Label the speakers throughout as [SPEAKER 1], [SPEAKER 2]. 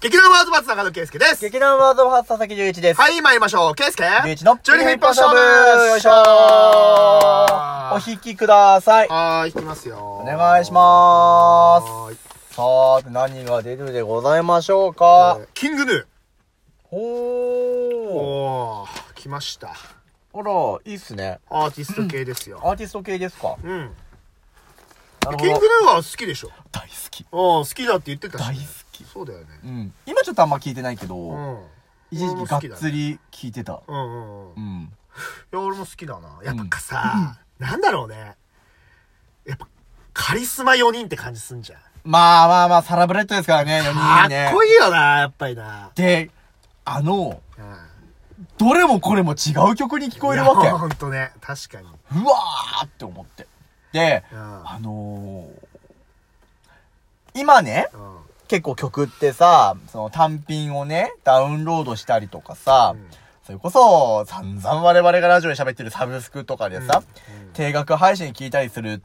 [SPEAKER 1] 劇団ワードバーツ中野圭介です。
[SPEAKER 2] 劇団ワードハーツ佐々木隆一です。
[SPEAKER 1] はい、参りましょう。圭介
[SPEAKER 2] 隆一の
[SPEAKER 1] 12分一本勝負
[SPEAKER 2] よいしょーお引きください。
[SPEAKER 1] はーい、引きますよ。お
[SPEAKER 2] お願いしま
[SPEAKER 1] はーい
[SPEAKER 2] す。さあ、何が出るでございましょう
[SPEAKER 1] え
[SPEAKER 2] か
[SPEAKER 1] ー。キングヌー。
[SPEAKER 2] おー。
[SPEAKER 1] おー、来ました。
[SPEAKER 2] あら、いいっすね。
[SPEAKER 1] アーティスト系ですよ。
[SPEAKER 2] アーティスト系ですか。
[SPEAKER 1] うん。
[SPEAKER 2] なる
[SPEAKER 1] キングヌ
[SPEAKER 2] ほど。
[SPEAKER 1] ーは好きでしょ。
[SPEAKER 2] 大好き。
[SPEAKER 1] あー好きだって言ってたし、
[SPEAKER 2] 大好き。
[SPEAKER 1] そうだよね。
[SPEAKER 2] うん。今ちょっとあんま聞いてないけ
[SPEAKER 1] う
[SPEAKER 2] ど、
[SPEAKER 1] ん。
[SPEAKER 2] 一時期がっつり聞いてた。
[SPEAKER 1] うんうんうん。
[SPEAKER 2] う
[SPEAKER 1] い
[SPEAKER 2] ん。
[SPEAKER 1] や、俺も好きだな。やっぱさ、なんだろうね。やっぱ、カリスマ4人って感じすんじゃん。
[SPEAKER 2] まあまあまあ、サラブレッドですからね、4
[SPEAKER 1] か
[SPEAKER 2] 人ね。
[SPEAKER 1] っこいいよな、やっぱりな。
[SPEAKER 2] で、あの、
[SPEAKER 1] うん
[SPEAKER 2] どれもこれも違う曲に聞こえるわ
[SPEAKER 1] い
[SPEAKER 2] け。
[SPEAKER 1] やほんとね。確かに。
[SPEAKER 2] うわーって思って。で、
[SPEAKER 1] うん
[SPEAKER 2] あのー、今ね、
[SPEAKER 1] うん。
[SPEAKER 2] 結構曲ってさ、その単品をね、ダウンロードしたりとかさ、
[SPEAKER 1] うん
[SPEAKER 2] それこそ、散々我々がラジオで喋ってるサブスクとかでさ、
[SPEAKER 1] うんうん
[SPEAKER 2] 定額配信聞いたりするっ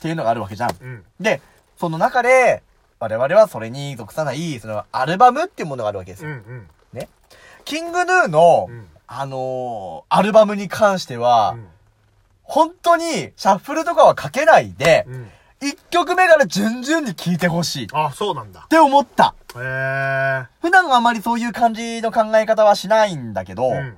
[SPEAKER 2] ていうのがあるわけじゃん。
[SPEAKER 1] うん。
[SPEAKER 2] で、その中で、我々はそれに属さない、そのアルバムっていうものがあるわけです
[SPEAKER 1] う
[SPEAKER 2] よ。
[SPEAKER 1] ん。
[SPEAKER 2] ね。キングヌーの、
[SPEAKER 1] うん
[SPEAKER 2] あのーアルバムに関しては、
[SPEAKER 1] うん。
[SPEAKER 2] 本当に、シャッフルとかはかけないで
[SPEAKER 1] う、ん。
[SPEAKER 2] 一曲目から順々に聴いてほしいっ
[SPEAKER 1] あ、そうなんだ。
[SPEAKER 2] て思った。
[SPEAKER 1] へえ。
[SPEAKER 2] 普段あまりそういう感じの考え方はしないんだけど、
[SPEAKER 1] うん。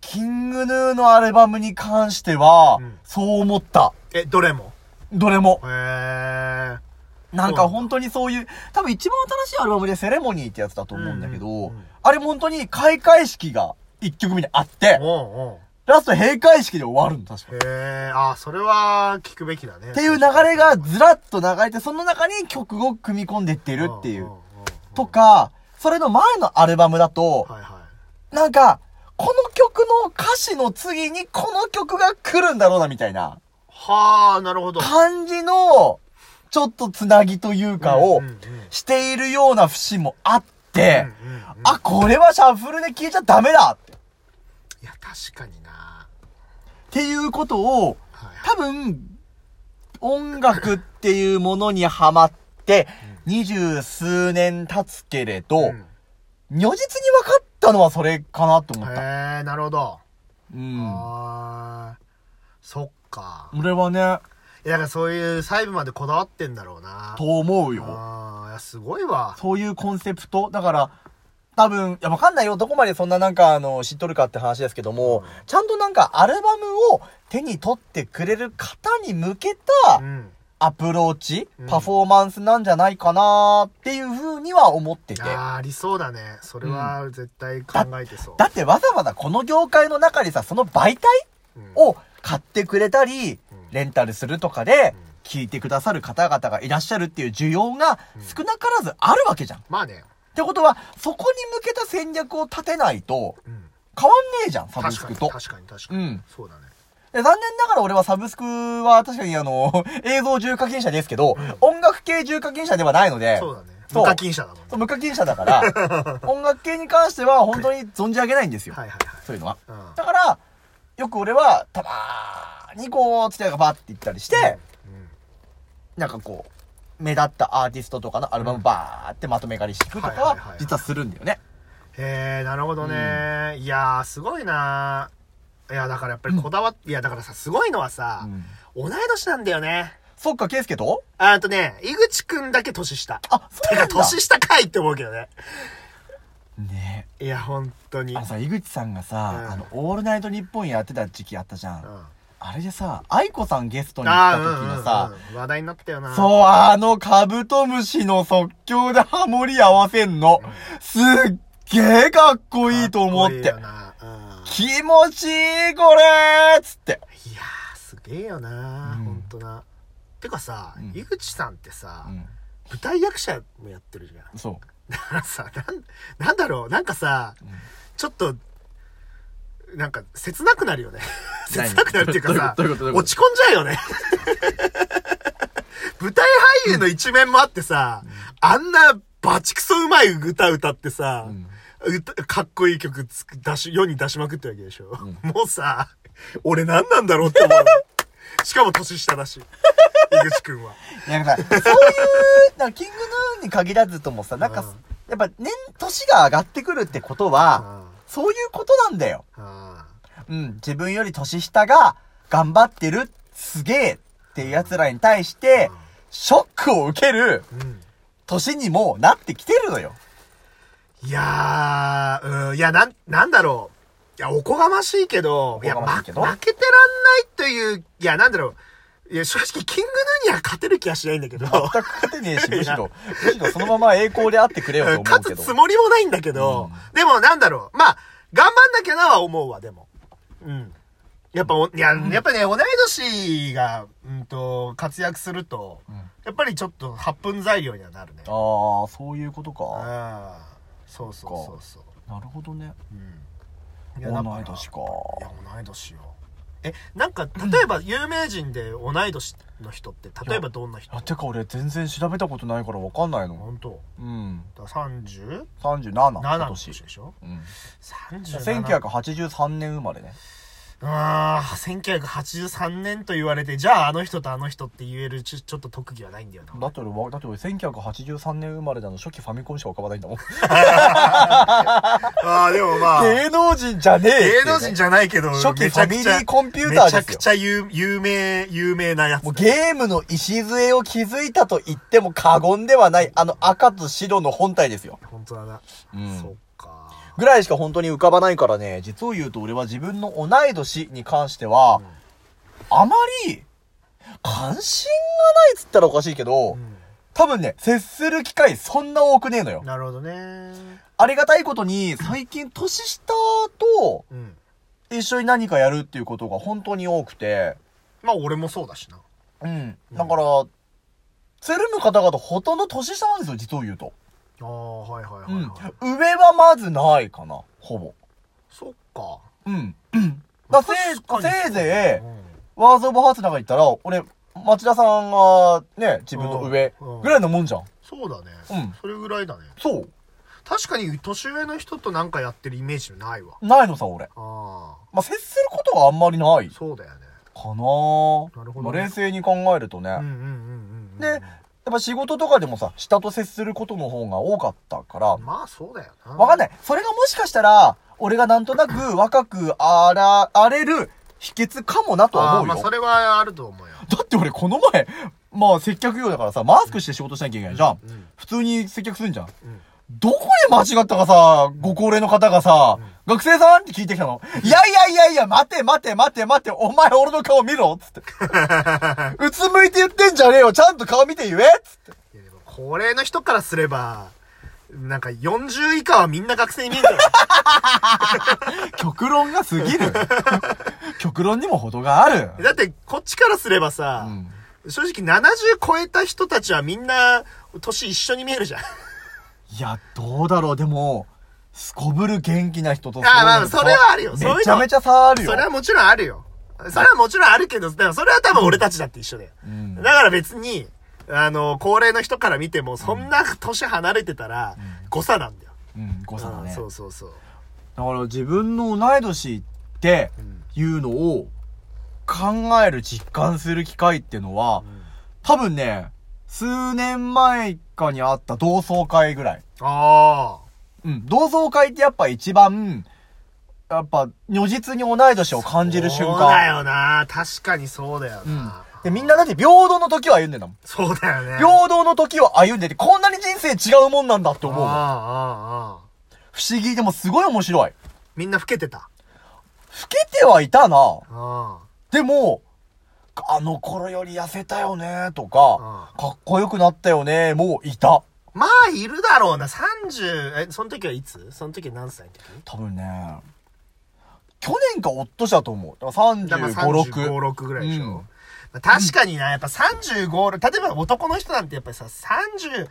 [SPEAKER 2] キングヌーのアルバムに関しては、
[SPEAKER 1] うん
[SPEAKER 2] そう思った。
[SPEAKER 1] え、どれも
[SPEAKER 2] どれも
[SPEAKER 1] へ。え。
[SPEAKER 2] なんか本当にそういう、多分一番新しいアルバムでセレモニーってやつだと思うんだけど、
[SPEAKER 1] うんうんうん
[SPEAKER 2] あれも本当に開会式が一曲目にあって、
[SPEAKER 1] おうお
[SPEAKER 2] ラスト閉会式で終わるの、確か
[SPEAKER 1] う。
[SPEAKER 2] に。
[SPEAKER 1] へえ。あ、それは聞くべきだね。
[SPEAKER 2] っていう流れがずらっと流れて、その中に曲を組み込んでってるってい
[SPEAKER 1] ん
[SPEAKER 2] うん
[SPEAKER 1] ん。ん
[SPEAKER 2] とか、それの前のアルバムだと、
[SPEAKER 1] はいは。
[SPEAKER 2] なんか、この曲の歌詞の次にこの曲が来るんだろうな、みたいない
[SPEAKER 1] はあ、なるほど。
[SPEAKER 2] 感じの、ちょっとつなぎというかを
[SPEAKER 1] うんうんうん
[SPEAKER 2] しているような節もあって、
[SPEAKER 1] うんうんうん
[SPEAKER 2] あ、これはシャッフルで聴いちゃダメだっ
[SPEAKER 1] いや、確かにな。
[SPEAKER 2] ていうことを、
[SPEAKER 1] はいはい。
[SPEAKER 2] 多分、音楽っていうものにハマって、二十数年経つけれ
[SPEAKER 1] う
[SPEAKER 2] ど、
[SPEAKER 1] ん
[SPEAKER 2] 如実に分かったのはそれかなと思った。
[SPEAKER 1] へえ、なるほど。
[SPEAKER 2] うん。
[SPEAKER 1] ああ。そっか。
[SPEAKER 2] 俺はね、
[SPEAKER 1] いや、だからそういう細部までこだわってんだろうな。
[SPEAKER 2] と思うよ。
[SPEAKER 1] ああ、いや、すごいわ。
[SPEAKER 2] そういうコンセプト。だから、多分、いや、わかんないよ。どこまでそんななんか、あの、知っとるかって話ですけども、ちゃんとなんか、アルバムを手に取ってくれる方に向けた
[SPEAKER 1] うん。
[SPEAKER 2] アプローチ、
[SPEAKER 1] うん
[SPEAKER 2] パフォーマンスなんじゃないかなっていう風には思ってて。
[SPEAKER 1] ああ、ありそうだね。それは絶対考えてそう。
[SPEAKER 2] だってわざわざこの業界の中にさ、その媒体
[SPEAKER 1] うん
[SPEAKER 2] を買ってくれたり
[SPEAKER 1] ん、
[SPEAKER 2] レンタルするとか
[SPEAKER 1] う
[SPEAKER 2] で
[SPEAKER 1] ん、
[SPEAKER 2] 聞いてくださる方々がいらっしゃるっていう需要が少なからずあるわけじゃん。っ
[SPEAKER 1] まあね。
[SPEAKER 2] てことは、そこに向けた戦略を立てないと、
[SPEAKER 1] うん。
[SPEAKER 2] 変わんねえじゃん、サブ
[SPEAKER 1] 確
[SPEAKER 2] ス
[SPEAKER 1] か
[SPEAKER 2] ク
[SPEAKER 1] に、
[SPEAKER 2] と。
[SPEAKER 1] 確かに、確か
[SPEAKER 2] う
[SPEAKER 1] に
[SPEAKER 2] ん。
[SPEAKER 1] そうだね。
[SPEAKER 2] で残念ながら俺はサブスクは確かにあの、 映像重課金者ですけど、音楽系重課金者ではないので、
[SPEAKER 1] そうだね。
[SPEAKER 2] そう
[SPEAKER 1] 無課金者だもんね。
[SPEAKER 2] そう無課金者だ から、音楽系に関しては本当に存じ上げないんですよ。
[SPEAKER 1] はいはい
[SPEAKER 2] そういうのは。
[SPEAKER 1] はい。うん
[SPEAKER 2] だから、よく俺は、たまーにこう、つてがバーって行ったりして、
[SPEAKER 1] うん
[SPEAKER 2] なんかこう、目立ったアーティストとかのアルバムバーってまとめ借りしていくとか
[SPEAKER 1] はいはいはいは、
[SPEAKER 2] はい実はするんだよね。
[SPEAKER 1] へえ、なるほどね。いやー、すごいな。いや、だからやっぱりこだわっ、いや、だからさ、すごいのはさ、同い年なんだよね。
[SPEAKER 2] そっか、ケイスケと
[SPEAKER 1] あとね、井口くんだけ年下。
[SPEAKER 2] あ、そう
[SPEAKER 1] て
[SPEAKER 2] な
[SPEAKER 1] か、
[SPEAKER 2] んだ。
[SPEAKER 1] 年下かいって思うけどね。
[SPEAKER 2] ね
[SPEAKER 1] いや、本当に。
[SPEAKER 2] あのさ、井口さんが
[SPEAKER 1] う
[SPEAKER 2] さ
[SPEAKER 1] ん、
[SPEAKER 2] あの、オールナイトニッポンやってた時期あったじゃ。
[SPEAKER 1] うんん
[SPEAKER 2] あれでさ、愛子さんゲストに来
[SPEAKER 1] あ
[SPEAKER 2] た
[SPEAKER 1] ー
[SPEAKER 2] 時
[SPEAKER 1] うん
[SPEAKER 2] のさ、
[SPEAKER 1] うんうん話題になったよな。
[SPEAKER 2] そう、あのカブトムシの即興でハモリ合わせんの、すっげえかっこいいと思っ
[SPEAKER 1] かこいい
[SPEAKER 2] て
[SPEAKER 1] よ。なうん
[SPEAKER 2] 気持ちいいこれーっつって。
[SPEAKER 1] いやー、すげえよな、
[SPEAKER 2] うん
[SPEAKER 1] ほんとな。てかさ、
[SPEAKER 2] うん
[SPEAKER 1] 井口さんってさ、
[SPEAKER 2] うん。
[SPEAKER 1] 舞台役者もやってるじゃん。
[SPEAKER 2] そ
[SPEAKER 1] だから さ、なん、なんだろう、なんかさ、
[SPEAKER 2] ん
[SPEAKER 1] ちょっと、なんか、切なくなる よね。
[SPEAKER 2] 何
[SPEAKER 1] 切なくなるっていうかさ、
[SPEAKER 2] どういう
[SPEAKER 1] 落
[SPEAKER 2] ことどういうこと
[SPEAKER 1] ち込んじゃうよね。 舞台俳優の一面もあってさ、あんなバチクソうまい歌歌ってさ、
[SPEAKER 2] ん
[SPEAKER 1] 歌かっこいい曲つく出し、世に出しまくってるわけでしょ。
[SPEAKER 2] ん
[SPEAKER 1] もうさ、俺何なんだろうって思う。 しかも年下だし、井口くんは。
[SPEAKER 2] う。なんかさ、そういう、なんかキングヌーに限らずともさ、なんか
[SPEAKER 1] うん、
[SPEAKER 2] やっぱ年、年が上がってくるってことは、
[SPEAKER 1] あ
[SPEAKER 2] そういうことなんだよ。
[SPEAKER 1] あ
[SPEAKER 2] うん、自分より年下が頑張ってる、すげえっていう奴らに対して、ショックを受ける
[SPEAKER 1] うん
[SPEAKER 2] 年にもうなってきてるのよ。
[SPEAKER 1] いやー、うん、いや、なん、なんだろう。いや、おこがましいけど、いや、
[SPEAKER 2] おこがまし
[SPEAKER 1] ま、
[SPEAKER 2] い
[SPEAKER 1] 負け
[SPEAKER 2] け
[SPEAKER 1] て
[SPEAKER 2] ど
[SPEAKER 1] らんないという、いや、なんだろう。いや、正直、キングヌーには勝てる気はしないんだけど、
[SPEAKER 2] 全く勝てねえし、むしろ、むしろそのまま栄光であってくれよと思うけ
[SPEAKER 1] 勝つ
[SPEAKER 2] ど。
[SPEAKER 1] つもりもないんだけど、でも、なんだろう。まあ、頑張んなきゃなは思うわ、でも。うん。やっぱお、いや、やっぱね、同い年が、うんと、活躍すると、
[SPEAKER 2] ん
[SPEAKER 1] やっぱりちょっと、発奮材料にはなるね。
[SPEAKER 2] あー、そういうこと
[SPEAKER 1] う
[SPEAKER 2] か。
[SPEAKER 1] ん。そうそうそうそう。
[SPEAKER 2] なるほどね。
[SPEAKER 1] うん。
[SPEAKER 2] 同
[SPEAKER 1] だから
[SPEAKER 2] い年か。
[SPEAKER 1] いや同い年よえなんか例えば有名人で同い年の人って例えばどんな人
[SPEAKER 2] あてか俺全然調べたことないからわかんないの。
[SPEAKER 1] 本当
[SPEAKER 2] うん。
[SPEAKER 1] だから37
[SPEAKER 2] 37、
[SPEAKER 1] の
[SPEAKER 2] 今
[SPEAKER 1] 年
[SPEAKER 2] 年。
[SPEAKER 1] でしょ
[SPEAKER 2] うん。
[SPEAKER 1] 37
[SPEAKER 2] 1983年生まれね。
[SPEAKER 1] あー1983年と言われてじゃああの人とあの人って言えるちょちょっと特技はないんだよな
[SPEAKER 2] だって俺わ、だって俺1983年生まれなの初期ファミコンしか浮かばないんだもん。
[SPEAKER 1] ああでもま
[SPEAKER 2] 芸能人じゃねえっていうね
[SPEAKER 1] 芸能人じゃないけど
[SPEAKER 2] 初期
[SPEAKER 1] め
[SPEAKER 2] フ
[SPEAKER 1] ちゃ
[SPEAKER 2] ァ
[SPEAKER 1] く
[SPEAKER 2] ミリ
[SPEAKER 1] ちゃ
[SPEAKER 2] ーコンピュー
[SPEAKER 1] め
[SPEAKER 2] ター
[SPEAKER 1] ちゃ
[SPEAKER 2] です
[SPEAKER 1] く
[SPEAKER 2] よ。
[SPEAKER 1] ちゃ有有名有名なやつ
[SPEAKER 2] もうゲームの礎を築いたと言っても過言ではない、あの赤と白の本体ですよ。
[SPEAKER 1] 本当だな
[SPEAKER 2] うん
[SPEAKER 1] そっか
[SPEAKER 2] ぐらいしか本当に浮かばないからね、実を言うと俺は自分の同い年に関しては、あまり、関心がないっつったらおかしいけど、
[SPEAKER 1] う
[SPEAKER 2] 多分ね、接する機会そんな多くねえのよ
[SPEAKER 1] ん。なるほどね
[SPEAKER 2] ありがたいことに、最近年下と
[SPEAKER 1] うん
[SPEAKER 2] 一緒に何かやるっていうことが本当に多くて、
[SPEAKER 1] まあ俺もそうだしな
[SPEAKER 2] うん。だから、つるむ方々ほとんど年下なんですよ、実を言うと。
[SPEAKER 1] ああはいはいは
[SPEAKER 2] う
[SPEAKER 1] い、
[SPEAKER 2] ん
[SPEAKER 1] はい。
[SPEAKER 2] 上はまずないかな、ほぼ。
[SPEAKER 1] そっか
[SPEAKER 2] うん。だせい
[SPEAKER 1] 確かに
[SPEAKER 2] せいぜ
[SPEAKER 1] う
[SPEAKER 2] い、
[SPEAKER 1] ん
[SPEAKER 2] ワーズ・オブ・ハーツなんか行ったら、俺、町田さんが、ね、自分の上
[SPEAKER 1] うんうん
[SPEAKER 2] ぐらいのもんじゃん。
[SPEAKER 1] そうだね、
[SPEAKER 2] うん
[SPEAKER 1] それぐらいだね
[SPEAKER 2] そう。
[SPEAKER 1] 確かに年上の人となんかやってるイメージないわ
[SPEAKER 2] ないのさ、俺。
[SPEAKER 1] ああ
[SPEAKER 2] まあ、接することがあんまりないか
[SPEAKER 1] そうだよね
[SPEAKER 2] な
[SPEAKER 1] なるほどね
[SPEAKER 2] まあ冷静に考えるとね。
[SPEAKER 1] うんうんうんうん
[SPEAKER 2] で、やっぱ仕事とかでもさ、下と接することの方が多かったから、
[SPEAKER 1] まあそうだよな
[SPEAKER 2] わかん
[SPEAKER 1] ない
[SPEAKER 2] ない。それがもしかしたら、俺がなんとなく若くあら、荒れる秘訣かもなとは
[SPEAKER 1] ああ
[SPEAKER 2] 思
[SPEAKER 1] ま
[SPEAKER 2] う
[SPEAKER 1] あ
[SPEAKER 2] よ。
[SPEAKER 1] それはあると思うよ
[SPEAKER 2] だって俺この前、まあ接客業だからさ、マスクして仕事しなきゃいけないじゃん。
[SPEAKER 1] うん
[SPEAKER 2] 普通に接客するんじゃん。
[SPEAKER 1] うん
[SPEAKER 2] どこで間違ったかさ、ご高齢の方がさ、学生さんって聞いてきたの。いやいやいやいや、待て待て待て待て、お前俺の顔見ろっつ って。うつむいて言ってんじゃねえよ、ちゃんと顔見て言えっつって。
[SPEAKER 1] いやでも高齢の人からすればなんか40以下はみんな学生に見えるんだよ
[SPEAKER 2] 極論が過ぎる。極論にも程がある。
[SPEAKER 1] だってこっちからすればさ、
[SPEAKER 2] うん
[SPEAKER 1] 正直70超えた人たちはみんな年一緒に見えるじゃん
[SPEAKER 2] いや、どうだろう、でも、すこぶる元気な人と
[SPEAKER 1] あまあ
[SPEAKER 2] そう
[SPEAKER 1] それはあるよそういうの
[SPEAKER 2] めちゃめちゃ差あるよ。
[SPEAKER 1] それはもちろんあるよ。それはもちろんあるけど、でもそれは多分俺たちだって一緒だよ。
[SPEAKER 2] うん
[SPEAKER 1] だから別に、あの、高齢の人から見ても、そんな年離れてたら、誤差なんだよ。
[SPEAKER 2] うん、誤差だ
[SPEAKER 1] うん
[SPEAKER 2] ね。
[SPEAKER 1] そうそうそう。
[SPEAKER 2] だから自分の同い年っていうのを考える実感する機会っていうのは、多分ね、数年前かにあった同窓会ぐらい。
[SPEAKER 1] あ
[SPEAKER 2] うん、同窓会ってやっぱ一番、やっぱ如実に同い年を
[SPEAKER 1] あ。
[SPEAKER 2] 感じる瞬
[SPEAKER 1] そうだ
[SPEAKER 2] 間。
[SPEAKER 1] よな。確かにそうだよ
[SPEAKER 2] うん
[SPEAKER 1] な。。
[SPEAKER 2] で、みんなだって平等の時を歩んでんだもん。
[SPEAKER 1] そうだよね。
[SPEAKER 2] 平等の時を歩んでて、こんなに人生違うもんなんだって思う
[SPEAKER 1] ああ
[SPEAKER 2] もん。
[SPEAKER 1] ああああ
[SPEAKER 2] 不思議でもすごい面白い。老
[SPEAKER 1] みんな老けてた。
[SPEAKER 2] けてはいたな。
[SPEAKER 1] あ
[SPEAKER 2] でも、あの頃より痩せたよねとか、かっこよくなったよねもういた。
[SPEAKER 1] あまあ、いるだろうな。30、え、その時はいつその時は何歳の時
[SPEAKER 2] 多分ね、去年かおっとしたと思う。だから
[SPEAKER 1] だから
[SPEAKER 2] 35、
[SPEAKER 1] 35、
[SPEAKER 2] 6。
[SPEAKER 1] 6ぐらいでしょ。
[SPEAKER 2] うん
[SPEAKER 1] まあ確かにな、やっぱ35、例えば男の人なんてやっぱりさ、35、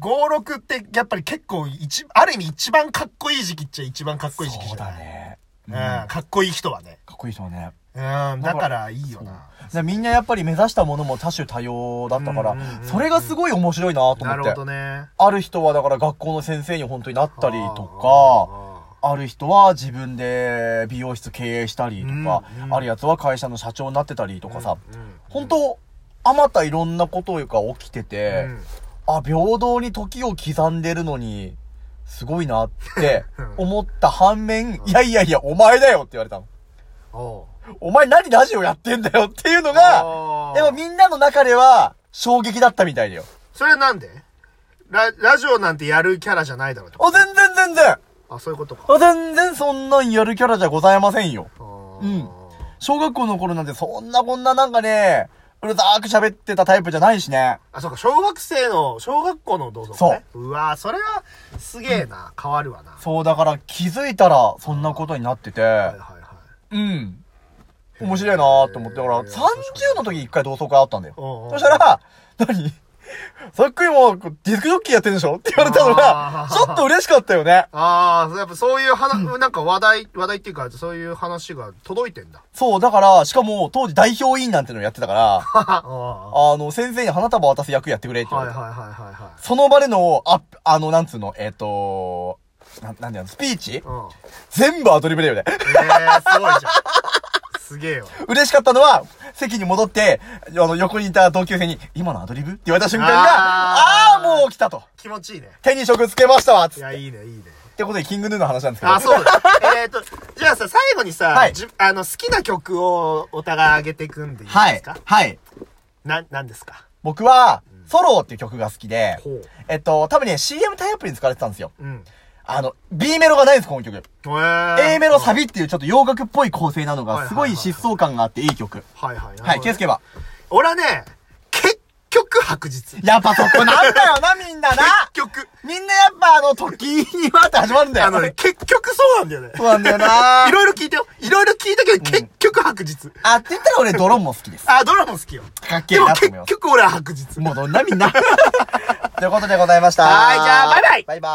[SPEAKER 1] 6ってやっぱり結構一、ある意味一番かっこいい時期っちゃ一番かっこいい時期
[SPEAKER 2] そ
[SPEAKER 1] じ
[SPEAKER 2] う
[SPEAKER 1] ゃな
[SPEAKER 2] だ
[SPEAKER 1] い
[SPEAKER 2] ね。
[SPEAKER 1] う
[SPEAKER 2] うんん、
[SPEAKER 1] か
[SPEAKER 2] か
[SPEAKER 1] っこいい人はね。
[SPEAKER 2] っこいい人はね。
[SPEAKER 1] うん、だからいいよな。
[SPEAKER 2] でみんなやっぱり目指したものも多種多様だったか
[SPEAKER 1] うんうんうん
[SPEAKER 2] ら
[SPEAKER 1] う、ん
[SPEAKER 2] それがすごい面白いなと思
[SPEAKER 1] なる
[SPEAKER 2] っ
[SPEAKER 1] ほ
[SPEAKER 2] て
[SPEAKER 1] ど。ね。
[SPEAKER 2] ある人はだから学校の先生に本当になったりとか、
[SPEAKER 1] か、
[SPEAKER 2] ある人は自分で美容室経営したりとか、
[SPEAKER 1] うんうん
[SPEAKER 2] あるやつは会社の社長になってたりとかさ、
[SPEAKER 1] うん
[SPEAKER 2] 本当あまたいろんなことが起きて
[SPEAKER 1] う
[SPEAKER 2] て
[SPEAKER 1] ん、
[SPEAKER 2] あ、平等に時を刻んでるのに、すごいなって思った反面、いやいやいや、お前だよって言われたの。
[SPEAKER 1] おう
[SPEAKER 2] お前何ラジオやってんだよっていうの
[SPEAKER 1] あ
[SPEAKER 2] が
[SPEAKER 1] ー、
[SPEAKER 2] でもみんなの中では衝撃だったみたいだよ。
[SPEAKER 1] それはなんでララジオなんてやるキャラじゃないだろうってこ
[SPEAKER 2] あ、全然全然
[SPEAKER 1] とあ、そういうことか。
[SPEAKER 2] あ、全然そんなんやるキャラじゃございませんよ。
[SPEAKER 1] う
[SPEAKER 2] うん小学校の頃なんてそんなこんななんかね、うるざーく喋ってたタイプじゃないしね。
[SPEAKER 1] あ、そうか、小学生の、小学校の銅像ね。う。うわぁ、それは、すげえな、変わるわな。は
[SPEAKER 2] そう、だから気づいたらそんなことになってて、
[SPEAKER 1] いはいはい。
[SPEAKER 2] うん。面白いなーと思って、だから
[SPEAKER 1] へー
[SPEAKER 2] 30の時に一回同窓会あったんだよ
[SPEAKER 1] うんうん。
[SPEAKER 2] そしたら、何さっくりもディスクジョッキーやってるでしょって言われたのが
[SPEAKER 1] あ、ー
[SPEAKER 2] ちょっと嬉しかったよね。
[SPEAKER 1] ああ、やっぱそういう話、なんか話題、話題っていうか、そういう話が届いて んだ。
[SPEAKER 2] そう、だから、しかも当時代表委員なんてのやってたから、
[SPEAKER 1] は
[SPEAKER 2] あの、先生に花束渡す役やってくれって
[SPEAKER 1] い
[SPEAKER 2] 言わ
[SPEAKER 1] はい
[SPEAKER 2] れ
[SPEAKER 1] はい
[SPEAKER 2] て。
[SPEAKER 1] はいは
[SPEAKER 2] その場での、あ、あの、なんつうの、えっ、と、な、なんだよ、スピーチ
[SPEAKER 1] い。うん。
[SPEAKER 2] 全部アドリブだよね。
[SPEAKER 1] ええー、すごいじゃん。すげえわ。
[SPEAKER 2] 嬉しかったのは、席に戻って、あの、横にいた同級生に、今のアドリブって言われた瞬間が、
[SPEAKER 1] あ
[SPEAKER 2] あ
[SPEAKER 1] ー
[SPEAKER 2] ーもう来たと。
[SPEAKER 1] 気持ちいいね。
[SPEAKER 2] 手に職つけましたわっつ
[SPEAKER 1] い
[SPEAKER 2] っ
[SPEAKER 1] や、
[SPEAKER 2] て。
[SPEAKER 1] いいね、いいね。
[SPEAKER 2] ってことで、キングヌーの話なんですけど。
[SPEAKER 1] あ、そうだ。えっと、じゃあさ、最後にさ、
[SPEAKER 2] はい
[SPEAKER 1] じあの、好きな曲をお互い上げていくんでいい
[SPEAKER 2] は
[SPEAKER 1] で
[SPEAKER 2] い
[SPEAKER 1] すか、。
[SPEAKER 2] はい。
[SPEAKER 1] な、なんですか
[SPEAKER 2] 僕は、ソローっていう曲が好きで
[SPEAKER 1] ほう、
[SPEAKER 2] えっと、多分ね、CM タイアップに使われてたんですよ。
[SPEAKER 1] うん。
[SPEAKER 2] あの、B メロがないんです、この曲。
[SPEAKER 1] えー
[SPEAKER 2] A メロサビっていうちょっと洋楽っぽい構成なの
[SPEAKER 1] はいは
[SPEAKER 2] が、
[SPEAKER 1] い
[SPEAKER 2] す
[SPEAKER 1] は
[SPEAKER 2] ご
[SPEAKER 1] い
[SPEAKER 2] い疾走感があっていい曲。
[SPEAKER 1] はいはい。
[SPEAKER 2] はい、ケースケは。
[SPEAKER 1] 俺はね、結局白日。結
[SPEAKER 2] やっぱそこなんだよな、みんなな
[SPEAKER 1] 局。
[SPEAKER 2] みんなやっぱあの、時にはって始まるんだよ。
[SPEAKER 1] あのね、結局そうなんだよね。
[SPEAKER 2] そうなんだよな
[SPEAKER 1] いろいろ聞いたよ。いろいろ聞いたけど、結局白日。
[SPEAKER 2] あって言ったら俺ドローンも好きです。
[SPEAKER 1] あ、ドラも好きよ。
[SPEAKER 2] かっけえ
[SPEAKER 1] でも
[SPEAKER 2] なと
[SPEAKER 1] 結
[SPEAKER 2] 思います。
[SPEAKER 1] 局俺は白日。
[SPEAKER 2] もうどんなみんな。ということでございました。
[SPEAKER 1] はいじゃあバイバイ
[SPEAKER 2] バイバイ